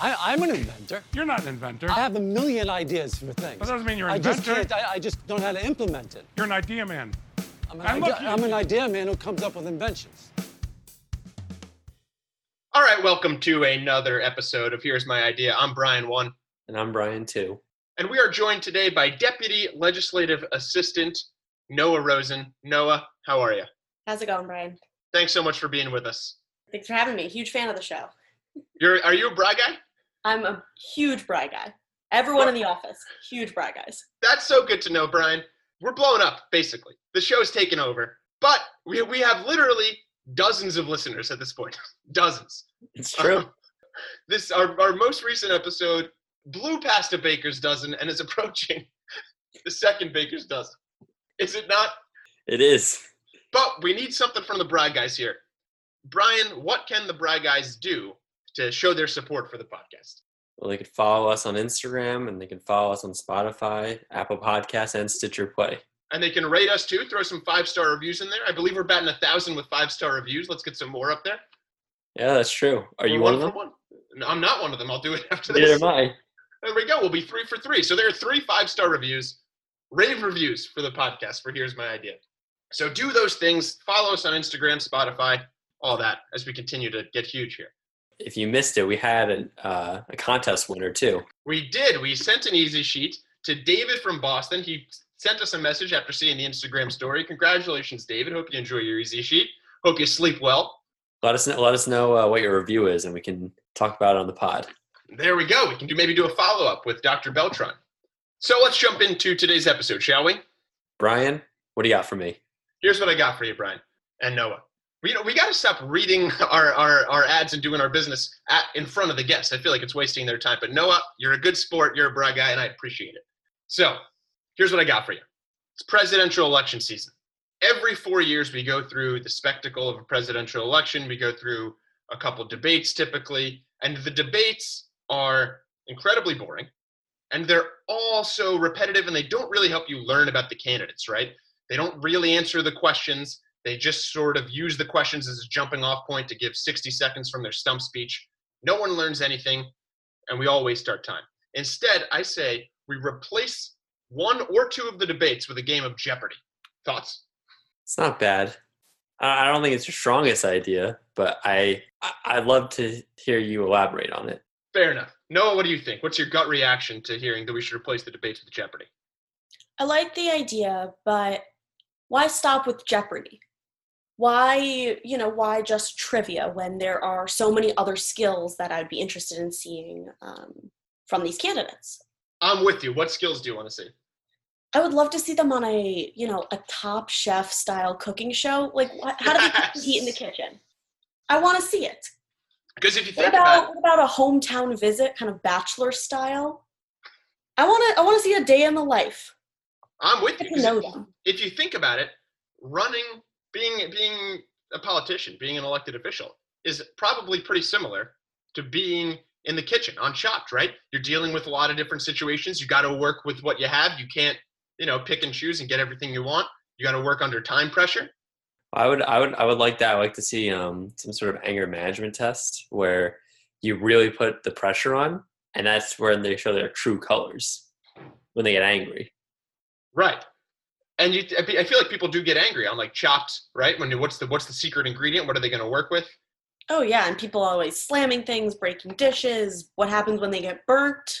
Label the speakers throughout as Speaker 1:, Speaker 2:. Speaker 1: I, I'm an inventor.
Speaker 2: You're not an inventor.
Speaker 1: I have a million ideas for things.
Speaker 2: That doesn't mean you're an
Speaker 1: I just
Speaker 2: inventor.
Speaker 1: can't. I, I just don't know how to implement it.
Speaker 2: You're an idea man.
Speaker 1: I'm an,
Speaker 2: And
Speaker 1: idea,
Speaker 2: look, you-
Speaker 1: I'm an idea man who comes up with inventions.
Speaker 3: All right, welcome to another episode of Here's My Idea. I'm Brian One,
Speaker 4: And I'm Brian too.
Speaker 3: and we are joined today by Deputy Legislative Assistant Noah Rosen. Noah, how are you?
Speaker 5: How's it going, Brian?
Speaker 3: Thanks so much for being with us.
Speaker 5: Thanks for having me. Huge fan of the show.
Speaker 3: You're are you a Bra guy?
Speaker 5: I'm a huge Bry guy. Everyone in the office, huge Bry guys.
Speaker 3: That's so good to know, Brian. We're blowing up, basically. The show's taken over, but we we have literally dozens of listeners at this point. dozens.
Speaker 4: It's true.
Speaker 3: this our, our most recent episode blew past a baker's dozen and is approaching the second baker's dozen. Is it not?
Speaker 4: it is.
Speaker 3: But we need something from the Bry guys here. Brian, what can the Bry guys do to show their support for the podcast?
Speaker 4: Well, they could follow us on Instagram and they can follow us on Spotify, Apple Podcasts, and Stitcher Play.
Speaker 3: And they can rate us too. Throw some five star reviews in there. I believe we're batting a thousand with five star reviews. Let's get some more up there.
Speaker 4: Yeah, that's true. Are you
Speaker 3: We're
Speaker 4: one of them?
Speaker 3: for one? No, I'm not one of them. I'll do it after this.
Speaker 4: Neither am I.
Speaker 3: There we go. We'll be three for three. So there are three five star reviews, rave reviews for the podcast for Here's My Idea. So do those things. Follow us on Instagram, Spotify, all that as we continue to get huge here.
Speaker 4: If you missed it, we had an, uh, a contest winner too.
Speaker 3: We did. We sent an easy sheet to David from Boston. He sent us a message after seeing the Instagram story. Congratulations, David. Hope you enjoy your easy sheet. Hope you sleep well.
Speaker 4: Let us know, let us know uh, what your review is, and we can talk about it on the pod.
Speaker 3: There we go. We can do maybe do a follow up with Dr. Beltran. So let's jump into today's episode, shall we?
Speaker 4: Brian, what do you got for me?
Speaker 3: here's what I got for you, Brian and Noah. We, you know, we got to stop reading our, our, our ads and doing our business at, in front of the guests. I feel like it's wasting their time. But Noah, you're a good sport. You're a bra guy, and I appreciate it. So here's what I got for you. It's presidential election season. Every four years, we go through the spectacle of a presidential election. We go through a couple debates typically, and the debates are incredibly boring. And they're all so repetitive, and they don't really help you learn about the candidates, right? They don't really answer the questions. They just sort of use the questions as a jumping off point to give 60 seconds from their stump speech. No one learns anything, and we all waste our time. Instead, I say we replace one or two of the debates with a game of Jeopardy. Thoughts?
Speaker 4: It's not bad. I I don't think it's your strongest idea, but I I- I'd love to hear you elaborate on it.
Speaker 3: Fair enough. Noah, what do you think? What's your gut reaction to hearing that we should replace the debates with Jeopardy?
Speaker 5: I like the idea, but why stop with Jeopardy? Why, you know, why just trivia when there are so many other skills that I'd be interested in seeing um, from these candidates?
Speaker 3: I'm with you. What skills do you want to see?
Speaker 5: I would love to see them on a, you know, a Top Chef style cooking show. Like, wh- how do they cook and eat in the
Speaker 3: Yes.
Speaker 5: kitchen? I want to see it.
Speaker 3: Because if you
Speaker 5: What
Speaker 3: think about
Speaker 5: about what about a hometown visit, kind of bachelor style? I want to I want to see a day in the life.
Speaker 3: I'm with you.
Speaker 5: Get to
Speaker 3: 'cause
Speaker 5: know
Speaker 3: if-
Speaker 5: them.
Speaker 3: if you think about it, running, being being a politician, being an elected official, is probably pretty similar to being in the kitchen on Chopped. Right? You're dealing with a lot of different situations. You got to work with what you have. You can't, you know, pick and choose and get everything you want. You got to work under time pressure.
Speaker 4: I would, I would, I would like that. I would like to see um, some sort of anger management test where you really put the pressure on, and that's when they show their true colors when they get angry.
Speaker 3: Right. And you, I fe- I feel like people do get angry on like Chopped. Right? When you- what's the what's the secret ingredient? What are they going to work with?
Speaker 5: Oh yeah, and people always slamming things, breaking dishes. What happens when they get burnt?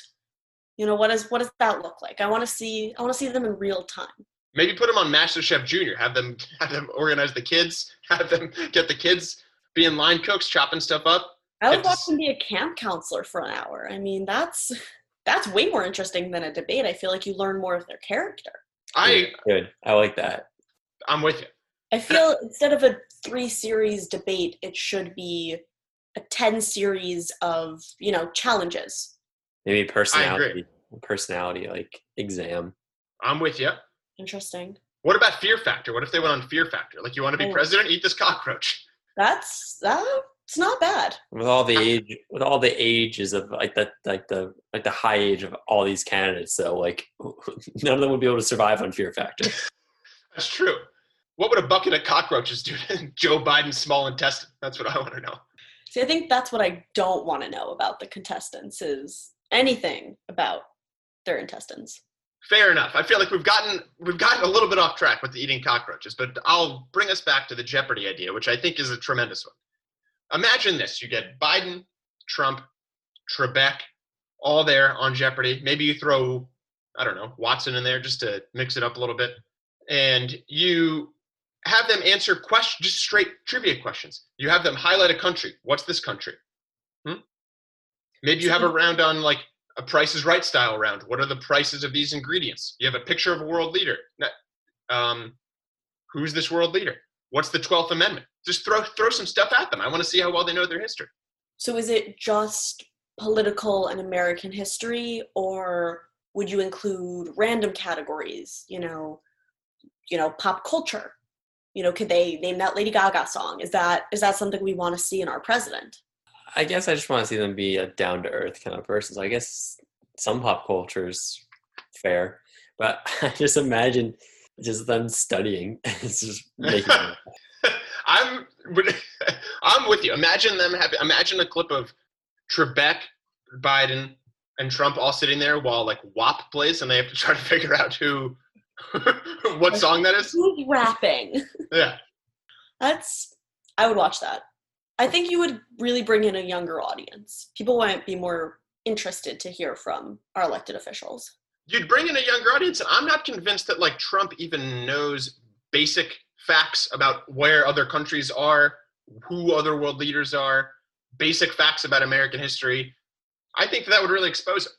Speaker 5: You know what is what does that look like? I want to see I want to see them in real time.
Speaker 3: Maybe put them on MasterChef Junior. Have them have them organize the kids. Have them get the kids be in line cooks chopping stuff up.
Speaker 5: I
Speaker 3: It
Speaker 5: would love
Speaker 3: just-
Speaker 5: to be a camp counselor for an hour. I mean, that's that's way more interesting than a debate. I feel like you learn more of their character.
Speaker 3: I
Speaker 4: good. I like that.
Speaker 3: I'm with you.
Speaker 5: I feel instead of a three series debate, it should be a 10 series of, you know, challenges.
Speaker 4: Maybe personality, personality like exam.
Speaker 3: I'm with you.
Speaker 5: Interesting.
Speaker 3: What about Fear Factor? What if they went on Fear Factor? Like you want to be
Speaker 5: Oh.
Speaker 3: president? Eat this cockroach.
Speaker 5: That's, uh, it's not bad.
Speaker 4: With all the age, with all the ages of like the like the like the high age of all these candidates, so like none of them would be able to survive on Fear Factor.
Speaker 3: That's true. What would a bucket of cockroaches do to Joe Biden's small intestine? That's what I want to know.
Speaker 5: See, I think that's what I don't want to know about the contestants is anything about their intestines.
Speaker 3: Fair enough. I feel like we've gotten we've gotten a little bit off track with the eating cockroaches, but I'll bring us back to the Jeopardy idea, which I think is a tremendous one. Imagine this: you get Biden, Trump, Trebek, all there on Jeopardy. Maybe you throw I don't know Watson in there just to mix it up a little bit, and you have them answer questions, just straight trivia questions. You have them highlight a country. What's this country? Hmm? Maybe you have a round on like a Price is Right style round. What are the prices of these ingredients? You have a picture of a world leader. Um, who's this world leader? What's the Twelfth Amendment? Just throw throw some stuff at them. I want to see how well they know their history.
Speaker 5: So is it just political and American history, or would you include random categories? You know, you know, pop culture. You know, could they name that Lady Gaga song? Is that is that something we want to see in our president?
Speaker 4: I guess I just want to see them be a down to earth kind of person. So I guess some pop culture's fair, but I just imagine just them studying. it's just making.
Speaker 3: I'm I'm with you. Imagine them having. Imagine a clip of Trebek, Biden, and Trump all sitting there while like WAP plays, and they have to try to figure out who what song that is.
Speaker 5: Who's rapping?
Speaker 3: Yeah,
Speaker 5: That's I would watch that. I think you would really bring in a younger audience. People might be more interested to hear from our elected officials.
Speaker 3: you'd bring in a younger audience, and I'm not convinced that like Trump even knows basic facts about where other countries are, who other world leaders are, basic facts about American history. I think that would really expose him.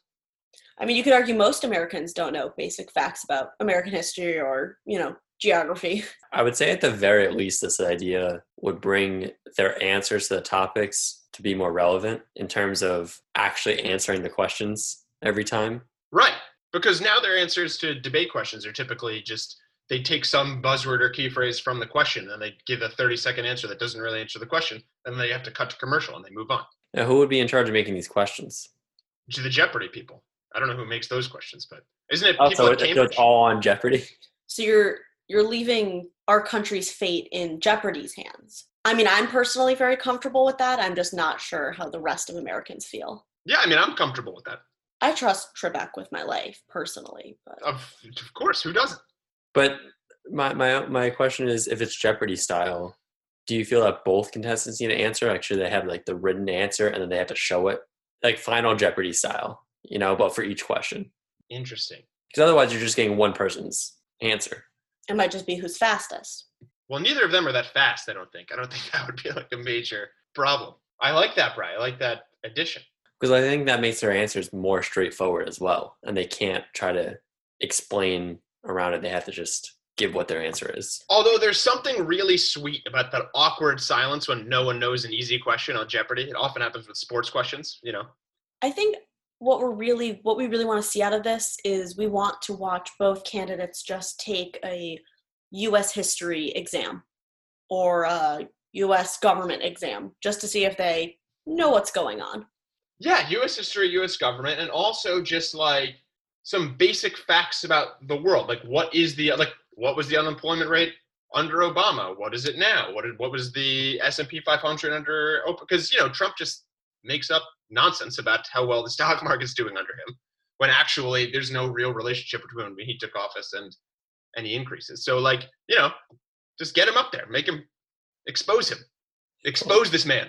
Speaker 5: I mean, you could argue most Americans don't know basic facts about American history or, you know, geography.
Speaker 4: I would say at the very least, this idea would bring their answers to the topics to be more relevant in terms of actually answering the questions every time.
Speaker 3: Right. Because now their answers to debate questions are typically just they take some buzzword or key phrase from the question and they give a 30 second answer that doesn't really answer the question. And they have to cut to commercial and they move on.
Speaker 4: Now, who would be in charge of making these questions?
Speaker 3: To the Jeopardy people. I don't know who makes those questions, but isn't it people
Speaker 4: Also,
Speaker 3: at
Speaker 4: it, Oh, so
Speaker 3: Cambridge?
Speaker 4: it's all on Jeopardy.
Speaker 5: So you're you're leaving our country's fate in Jeopardy's hands. I mean, I'm personally very comfortable with that. I'm just not sure how the rest of Americans feel.
Speaker 3: yeah, I mean, I'm comfortable with that.
Speaker 5: I trust Trebek with my life personally, but
Speaker 3: Of, of course, who doesn't?
Speaker 4: But my, my my question is, if it's Jeopardy style, do you feel that both contestants need an answer? Like, should they have like the written answer and then they have to show it, like Final Jeopardy style, you know, but for each question?
Speaker 3: Interesting.
Speaker 4: Because otherwise, you're just getting one person's answer.
Speaker 5: it might just be who's fastest.
Speaker 3: Well, neither of them are that fast, I don't think. I don't think that would be like a major problem. I like that, Brian. I like that addition.
Speaker 4: Because I think that makes their answers more straightforward as well, and they can't try to explain around it. They have to just give what their answer is.
Speaker 3: Although there's something really sweet about that awkward silence when no one knows an easy question on Jeopardy. It often happens with sports questions, you know.
Speaker 5: I think what we're really what we really want to see out of this is we want to watch both candidates just take a US history exam or a US government exam just to see if they know what's going on.
Speaker 3: Yeah, US history, US government, and also just like some basic facts about the world. Like what is the like what was the unemployment rate under Obama? What is it now? What did, what was the S&P 500 under because you know, Trump just makes up nonsense about how well the stock market's doing under him when actually there's no real relationship between when he took office and any increases. So like, you know, just get him up there, make him expose him. Expose this man.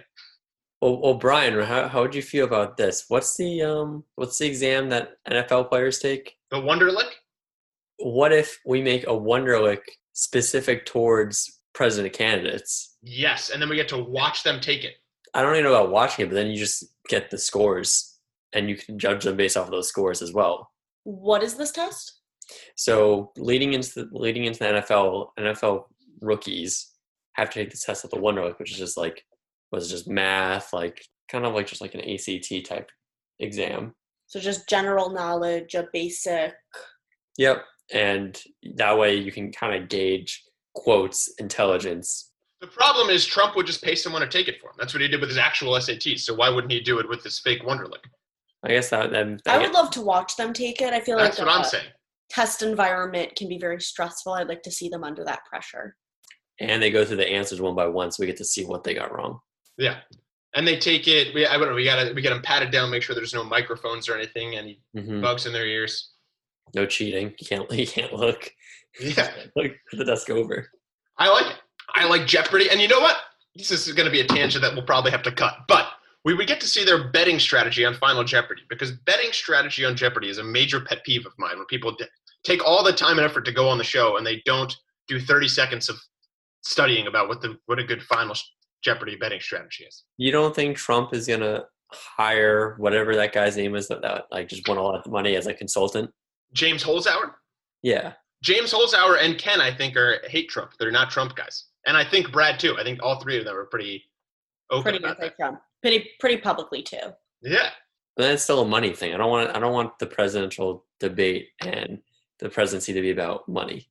Speaker 4: Well, well Brian, how, how would you feel about this? What's the um, what's the exam that NFL players take?
Speaker 3: The Wonderlick
Speaker 4: What if we make a Wonderlic specific towards president candidates?
Speaker 3: Yes, and then we get to watch them take it.
Speaker 4: I don't even know about watching it, but then you just get the scores, and you can judge them based off of those scores as well.
Speaker 5: What is this test?
Speaker 4: So leading into the, leading into the NFL, NFL rookies have to take this test at the Wonderlic, which is just like was just math, like kind of like just like an ACT type exam.
Speaker 5: So just general knowledge, a basic
Speaker 4: Yep. And that way you can kind of gauge quotes intelligence.
Speaker 3: The problem is Trump would just pay someone to take it for him. That's what he did with his actual SATs. So why wouldn't he do it with this fake Wonderlic?
Speaker 4: I guess that that,
Speaker 5: I would love to watch them take it. I feel
Speaker 3: That's
Speaker 5: like
Speaker 3: what I'm
Speaker 5: a
Speaker 3: saying.
Speaker 5: test environment can be very stressful. I'd like to see them under that pressure.
Speaker 4: and they go through the answers one by one, so we get to see what they got wrong.
Speaker 3: and they take it. We I don't know. We gotta we get them patted down, make sure there's no microphones or anything, any
Speaker 4: hmm
Speaker 3: bugs in their ears.
Speaker 4: No cheating. You can't. You can't look.
Speaker 3: Yeah,
Speaker 4: Look at the desk over.
Speaker 3: I like it. I like Jeopardy, and you know what? This is going to be a tangent that we'll probably have to cut, but we would get to see their betting strategy on Final Jeopardy because betting strategy on Jeopardy is a major pet peeve of mine. When people d- take all the time and effort to go on the show and they don't do 30 seconds of studying about what the what a good Final Jeopardy betting strategy is.
Speaker 4: You don't think Trump is gonna hire whatever that guy's name is that, that like just won a lot of money as a consultant?
Speaker 3: James Holzhauer,
Speaker 4: Yeah.
Speaker 3: James Holzhauer, and Ken, I think, are hate Trump. They're not Trump guys, and I think Brad too. I think all three of them are pretty open
Speaker 5: Pretty
Speaker 3: about that.
Speaker 5: anti-Trump. Pretty pretty publicly too.
Speaker 3: Yeah.
Speaker 4: But that's still a money thing. I don't want. I don't want the presidential debate and the presidency to be about money.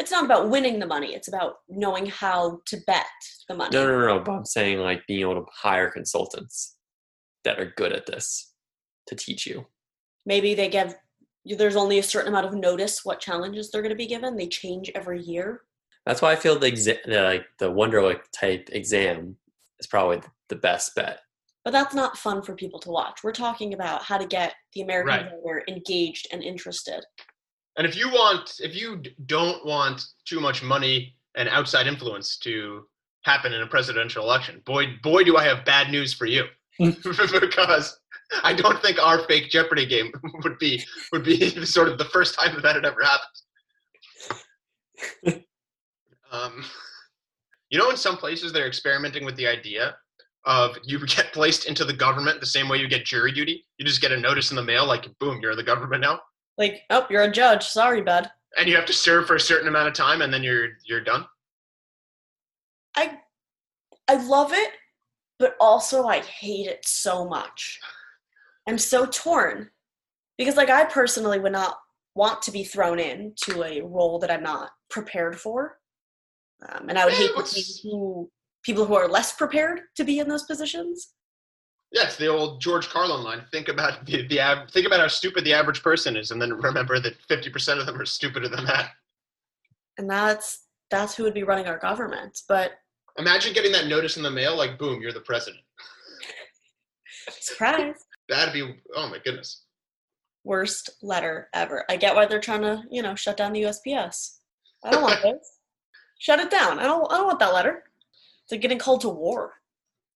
Speaker 5: It's not about winning the money. It's about knowing how to bet the money.
Speaker 4: No, no, no. no, But I'm saying like being able to hire consultants that are good at this to teach you.
Speaker 5: Maybe they give. There's only a certain amount of notice what challenges they're going to be given. They change every year.
Speaker 4: That's why I feel the exa- the, like the Wonderlic type exam is probably the best bet.
Speaker 5: But that's not fun for people to watch. We're talking about how to get the American
Speaker 3: Right.
Speaker 5: voter engaged and interested.
Speaker 3: And if you want, if you d- don't want too much money and outside influence to happen in a presidential election, boy, boy, do I have bad news for you, because I don't think our fake Jeopardy game would be would be sort of the first time that that had ever happened. um, you know, in some places they're experimenting with the idea of you get placed into the government the same way you get jury duty. You just get a notice in the mail, like boom, you're the government now
Speaker 5: Like, oh, you're a judge. Sorry, bud.
Speaker 3: and you have to serve for a certain amount of time and then you're you're done
Speaker 5: I I love it, but also I hate it so much. I'm so torn because like I personally would not want to be thrown in to a role that I'm not prepared for. Um, and I would
Speaker 3: Yeah,
Speaker 5: hate to
Speaker 3: what's-
Speaker 5: see who people who are less prepared to be in those positions.
Speaker 3: yes the old george carlin line think about the, the av- think about how stupid the average person is and then remember that 50% of them are stupider than that
Speaker 5: And that's that's who would be running our government. But
Speaker 3: imagine getting that notice in the mail like boom you're the president
Speaker 5: surprise,
Speaker 3: that'd be oh my goodness
Speaker 5: worst letter ever. I get why they're trying to, you know, shut down the USPS. I don't want this. Shut it down. I don't I don't want that letter. It's like getting called to war.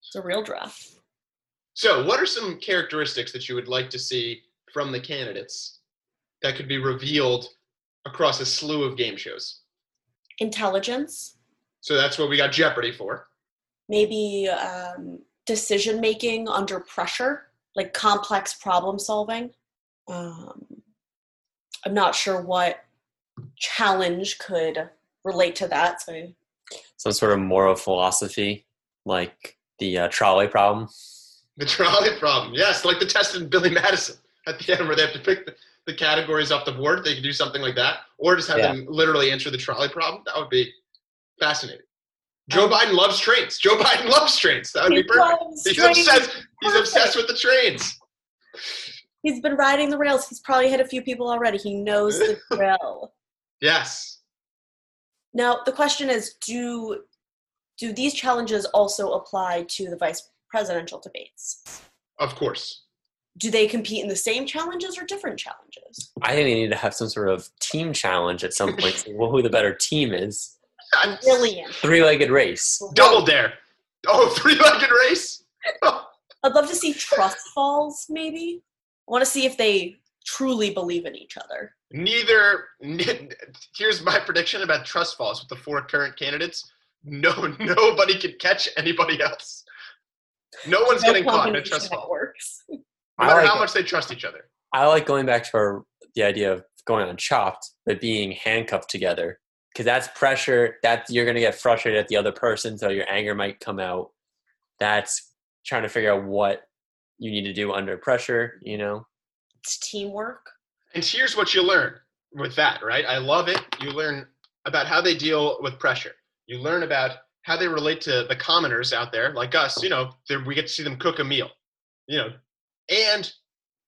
Speaker 5: It's a real draft.
Speaker 3: so what are some characteristics that you would like to see from the candidates that could be revealed across a slew of game shows
Speaker 5: Intelligence,
Speaker 3: so that's what we got jeopardy for
Speaker 5: maybe um, decision making under pressure, like complex problem solving. Um, I'm not sure what challenge could relate to that. So
Speaker 4: Some sort of moral philosophy, like the uh, trolley problem.
Speaker 3: The trolley problem, yes, like the test in Billy Madison at the end, where they have to pick the, the categories off the board. They can do something like that, or just have
Speaker 4: Yeah.
Speaker 3: them literally answer the trolley problem. That would be fascinating. Joe Biden loves trains. Joe Biden loves trains. That would be
Speaker 5: Um, He
Speaker 3: perfect.
Speaker 5: loves
Speaker 3: He's
Speaker 5: trains.
Speaker 3: obsessed. He's
Speaker 5: Perfect.
Speaker 3: obsessed with the trains.
Speaker 5: He's been riding the rails. He's probably hit a few people already. He knows the drill.
Speaker 3: Yes.
Speaker 5: Now the question is, do do these challenges also apply to the vice presidential debates?
Speaker 3: Of course.
Speaker 5: Do they compete in the same challenges or different challenges?
Speaker 4: I think they need to have some sort of team challenge at some point. see who the better team is?
Speaker 5: Brilliant.
Speaker 4: Three-legged race.
Speaker 3: Double dare. Oh, three-legged race.
Speaker 5: I'd love to see trust falls, maybe. I want to see if they truly believe in each other.
Speaker 3: Neither. here's my prediction about trust falls with the four current candidates. No, nobody can catch anybody else. No one's getting caught in a
Speaker 5: combination
Speaker 3: trust
Speaker 5: that
Speaker 3: fall,
Speaker 5: works.
Speaker 3: no
Speaker 4: I
Speaker 3: matter
Speaker 4: like
Speaker 3: how
Speaker 4: it.
Speaker 3: much they trust each other.
Speaker 4: I like going back to our, the idea of going on Chopped, but being handcuffed together because that's pressure. That you're going to get frustrated at the other person, so your anger might come out. That's trying to figure out what you need to do under pressure. You know,
Speaker 5: It's teamwork.
Speaker 3: And here's what you learn with that, right? I love it. You learn about how they deal with pressure. You learn about how they relate to the commoners out there, like us. You know, they're- we get to see them cook a meal. You know, and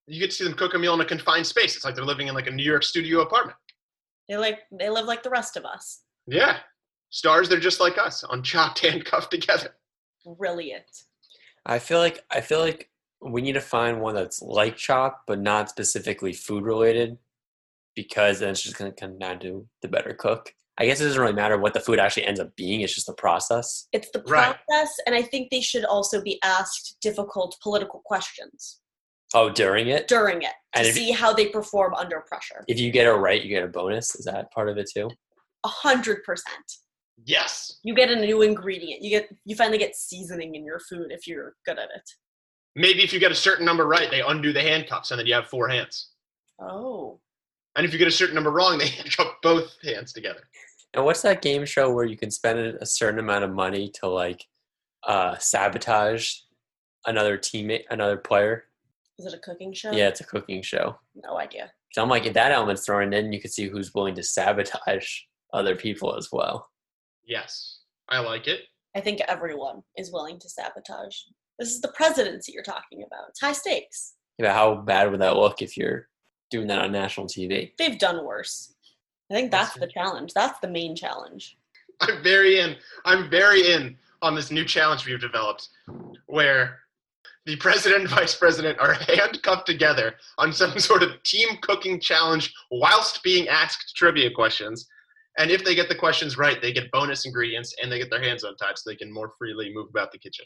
Speaker 3: you get to see them cook a meal in a confined space. It's like they're living in like a New York studio apartment.
Speaker 5: They like they live like the rest of us.
Speaker 3: Yeah. Stars, they're just like us, unchopped, handcuffed together.
Speaker 5: Brilliant.
Speaker 4: I feel like I feel like we need to find one that's like Chop, but not specifically food related, because then it's just gonna come down to the better cook. I guess it doesn't really matter what the food actually ends up being; it's just the process.
Speaker 5: It's the
Speaker 3: Right.
Speaker 5: process, and I think they should also be asked difficult political questions
Speaker 4: Oh, during it,
Speaker 5: during it to
Speaker 4: And if-
Speaker 5: see how they perform under pressure.
Speaker 4: if you get it right, you get a bonus. Is that part of it too?
Speaker 5: A hundred percent.
Speaker 3: Yes.
Speaker 5: You get a new ingredient. You get you finally get seasoning in your food if you're good at it.
Speaker 3: Maybe if you get a certain number right, they undo the handcuffs, and then you have four hands.
Speaker 5: Oh.
Speaker 3: And if you get a certain number wrong, they handcuff both hands together.
Speaker 4: And what's that game show where you can spend a certain amount of money to like uh, sabotage another teammate, another player?
Speaker 5: Is it a cooking show?
Speaker 4: Yeah, it's a cooking show.
Speaker 5: No idea.
Speaker 4: So I'm like, if that element's thrown in, you can see who's willing to sabotage other people as well.
Speaker 3: Yes, I like it.
Speaker 5: I think everyone is willing to sabotage. This is the presidency you're talking about. It's high stakes.
Speaker 4: You know, how bad would that look if you're doing that on national TV?
Speaker 5: They've done worse. I think
Speaker 3: That's
Speaker 5: that's the challenge. That's the main challenge.
Speaker 3: I'm very in. I'm very in on this new challenge we've developed, where the president and vice president are handcuffed together on some sort of team cooking challenge whilst being asked trivia questions. And if they get the questions right, they get bonus ingredients and they get their hands untied so they can more freely move about the kitchen.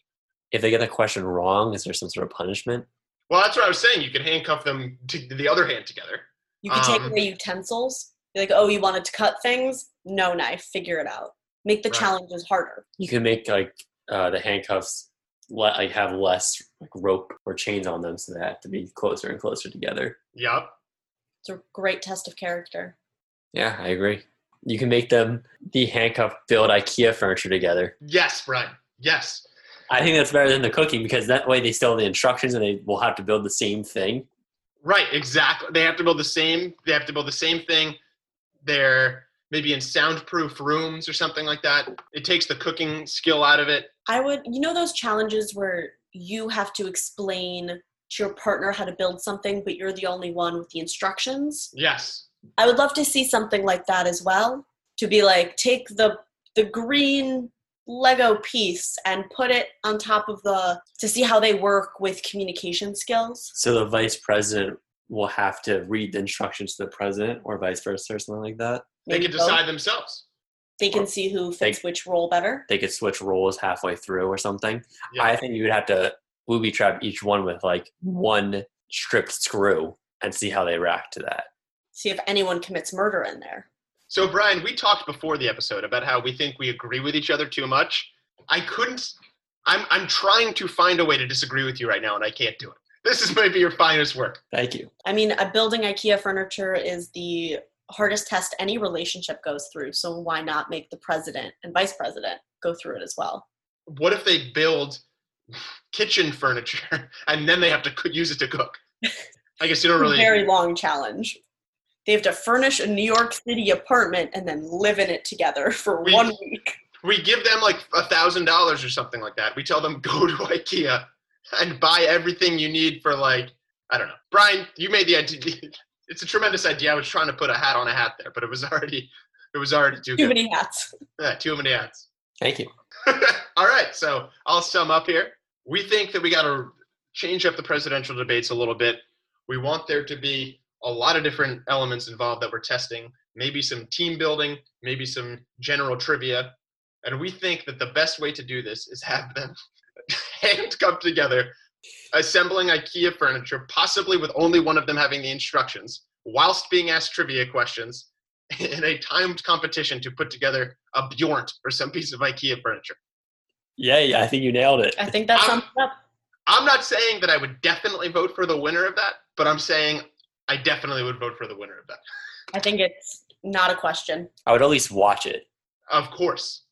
Speaker 4: If they get the question wrong, is there some sort of punishment?
Speaker 3: Well, that's what I was saying. You could handcuff them to the other hand together.
Speaker 5: You could take
Speaker 3: Um,
Speaker 5: away utensils. Be like, oh, you wanted to cut things? No knife. Figure it out. Make the
Speaker 3: Right.
Speaker 5: challenges harder.
Speaker 4: You can make like uh, the handcuffs let like have less like rope or chains on them, so they have to be closer and closer together.
Speaker 3: Yup.
Speaker 5: It's a great test of character.
Speaker 4: Yeah, I agree. You can make them the handcuff build IKEA furniture together.
Speaker 3: Yes, Brian. Yes.
Speaker 4: I think that's better than the cooking because that way they still have the instructions and they will have to build the same thing.
Speaker 3: Right, exactly. They have to build the same. They have to build the same thing. They're maybe in soundproof rooms or something like that. It takes the cooking skill out of it.
Speaker 5: I would, you know, those challenges where you have to explain to your partner how to build something, but you're the only one with the instructions.
Speaker 3: Yes,
Speaker 5: I would love to see something like that as well. To be like, take the the green Lego piece and put it on top of the to see how they work with communication skills.
Speaker 4: So the vice president will have to read the instructions to the president or vice versa or something like that.
Speaker 3: they
Speaker 5: Maybe
Speaker 3: can
Speaker 5: both.
Speaker 3: decide themselves.
Speaker 5: They can see who fits which role better.
Speaker 4: They could switch roles halfway through or something.
Speaker 3: Yeah.
Speaker 4: I think you would have to booby trap each one with like one stripped screw and see how they react to that.
Speaker 5: See if anyone commits murder in there.
Speaker 3: so, Brian, we talked before the episode about how we think we agree with each other too much. I couldn't. I'm I'm trying to find a way to disagree with you right now, and I can't do it. This is maybe your finest work.
Speaker 4: Thank you.
Speaker 5: I mean, uh, building IKEA furniture is the hardest test any relationship goes through. So why not make the president and vice president go through it as well?
Speaker 3: What if they build kitchen furniture and then they have to cook, use it to cook? I guess you don't really.
Speaker 5: Very long challenge. They have to furnish a New York City apartment and then live in it together for
Speaker 3: We-
Speaker 5: one week.
Speaker 3: we give them like a thousand dollars or something like that. We tell them go to IKEA and buy everything you need for like I don't know. Brian, you made the idea. It's a tremendous idea. I was trying to put a hat on a hat there, but it was already it was already too
Speaker 5: Too
Speaker 3: good.
Speaker 5: many hats.
Speaker 3: Yeah, too many hats.
Speaker 4: Thank you.
Speaker 3: All right, so I'll sum up here. We think that we got to change up the presidential debates a little bit. We want there to be a lot of different elements involved that we're testing, maybe some team building, maybe some general trivia. And we think that the best way to do this is have them handcuffed together, assembling IKEA furniture, possibly with only one of them having the instructions, whilst being asked trivia questions in a timed competition to put together a Bjornt or some piece of IKEA furniture.
Speaker 4: Yay, I think you nailed it.
Speaker 5: I think that
Speaker 3: I'm-
Speaker 5: sums it up.
Speaker 3: I'm not saying that I would definitely vote for the winner of that, but I'm saying I definitely would vote for the winner of that.
Speaker 5: I think it's not a question.
Speaker 4: I would at least watch it.
Speaker 3: Of course.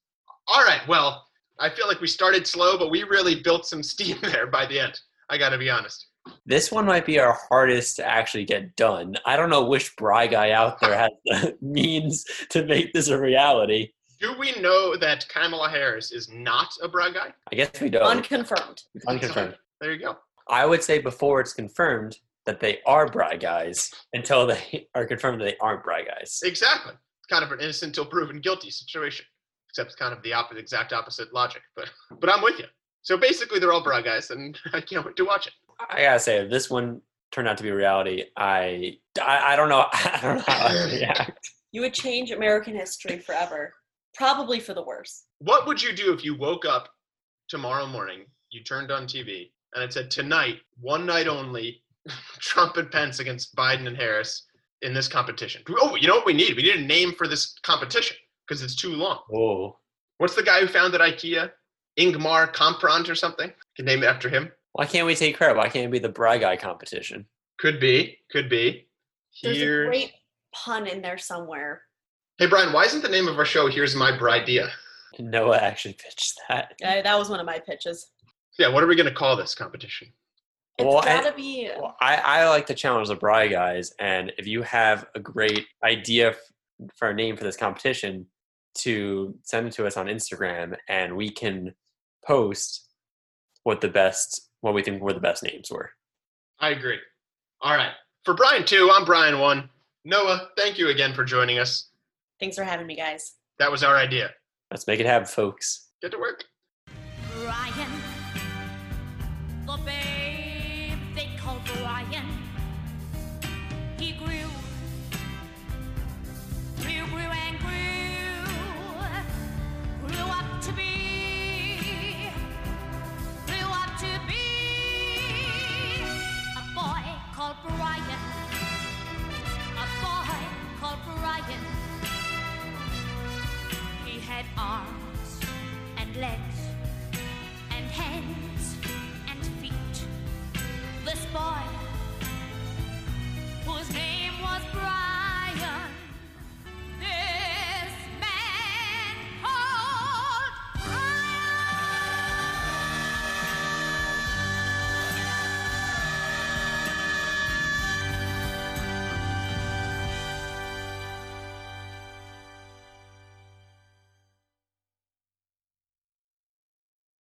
Speaker 3: All right. Well, I feel like we started slow, but we really built some steam there by the end. I got to be honest.
Speaker 4: This one might be our hardest to actually get done. I don't know which Bry guy out there has the means to make this a reality.
Speaker 3: Do we know that Kamala Harris is not a bra guy?
Speaker 4: I guess we
Speaker 3: Oh.
Speaker 4: don't.
Speaker 5: Unconfirmed.
Speaker 4: Unconfirmed.
Speaker 3: There you go.
Speaker 4: I would say before it's confirmed that they are Bry guys until they are confirmed that they aren't Bry guys.
Speaker 3: Exactly. It's kind of an innocent till proven guilty situation, except it's kind of the opposite, exact opposite logic. But but I'm with you. So basically, they're all bra guys, and I can't wait to watch it.
Speaker 4: I gotta say, if this one turned out to be reality, I I, I don't know I don't know how I would react.
Speaker 5: You would change American history forever, probably for the worse.
Speaker 3: What would you do if you woke up tomorrow morning, you turned on TV, and it said, Tonight, one night only, Trump and Pence against Biden and Harris in this competition? Oh, you know what we need? We need a name for this competition because it's too long.
Speaker 4: Oh,
Speaker 3: What's the guy who founded IKEA? Ingmar Kamprad or something? Can name it after him.
Speaker 4: why can't we take credit? Why can't it be the Bry Guy competition?
Speaker 3: Could be. Could be.
Speaker 5: There's
Speaker 3: Here.
Speaker 5: a great pun in there somewhere.
Speaker 3: hey, Brian, why isn't the name of our show Here's My Bridea?
Speaker 4: Noah actually pitched that.
Speaker 5: Uh, that was one of my pitches.
Speaker 3: Yeah, what are we going to call this competition?
Speaker 5: It's
Speaker 4: Well, and-
Speaker 5: gotta be.
Speaker 4: Well, I, I like to challenge the Bry guys, and if you have a great idea f- for a name for this competition, to send it to us on Instagram, and we can post what the best, what we think were the best names were.
Speaker 3: I agree. All right. For Brian 2, I'm Brian 1. Noah, thank you again for joining us.
Speaker 5: Thanks for having me, guys.
Speaker 3: That was our idea.
Speaker 4: Let's make it happen, folks.
Speaker 3: Get to work.
Speaker 2: Brian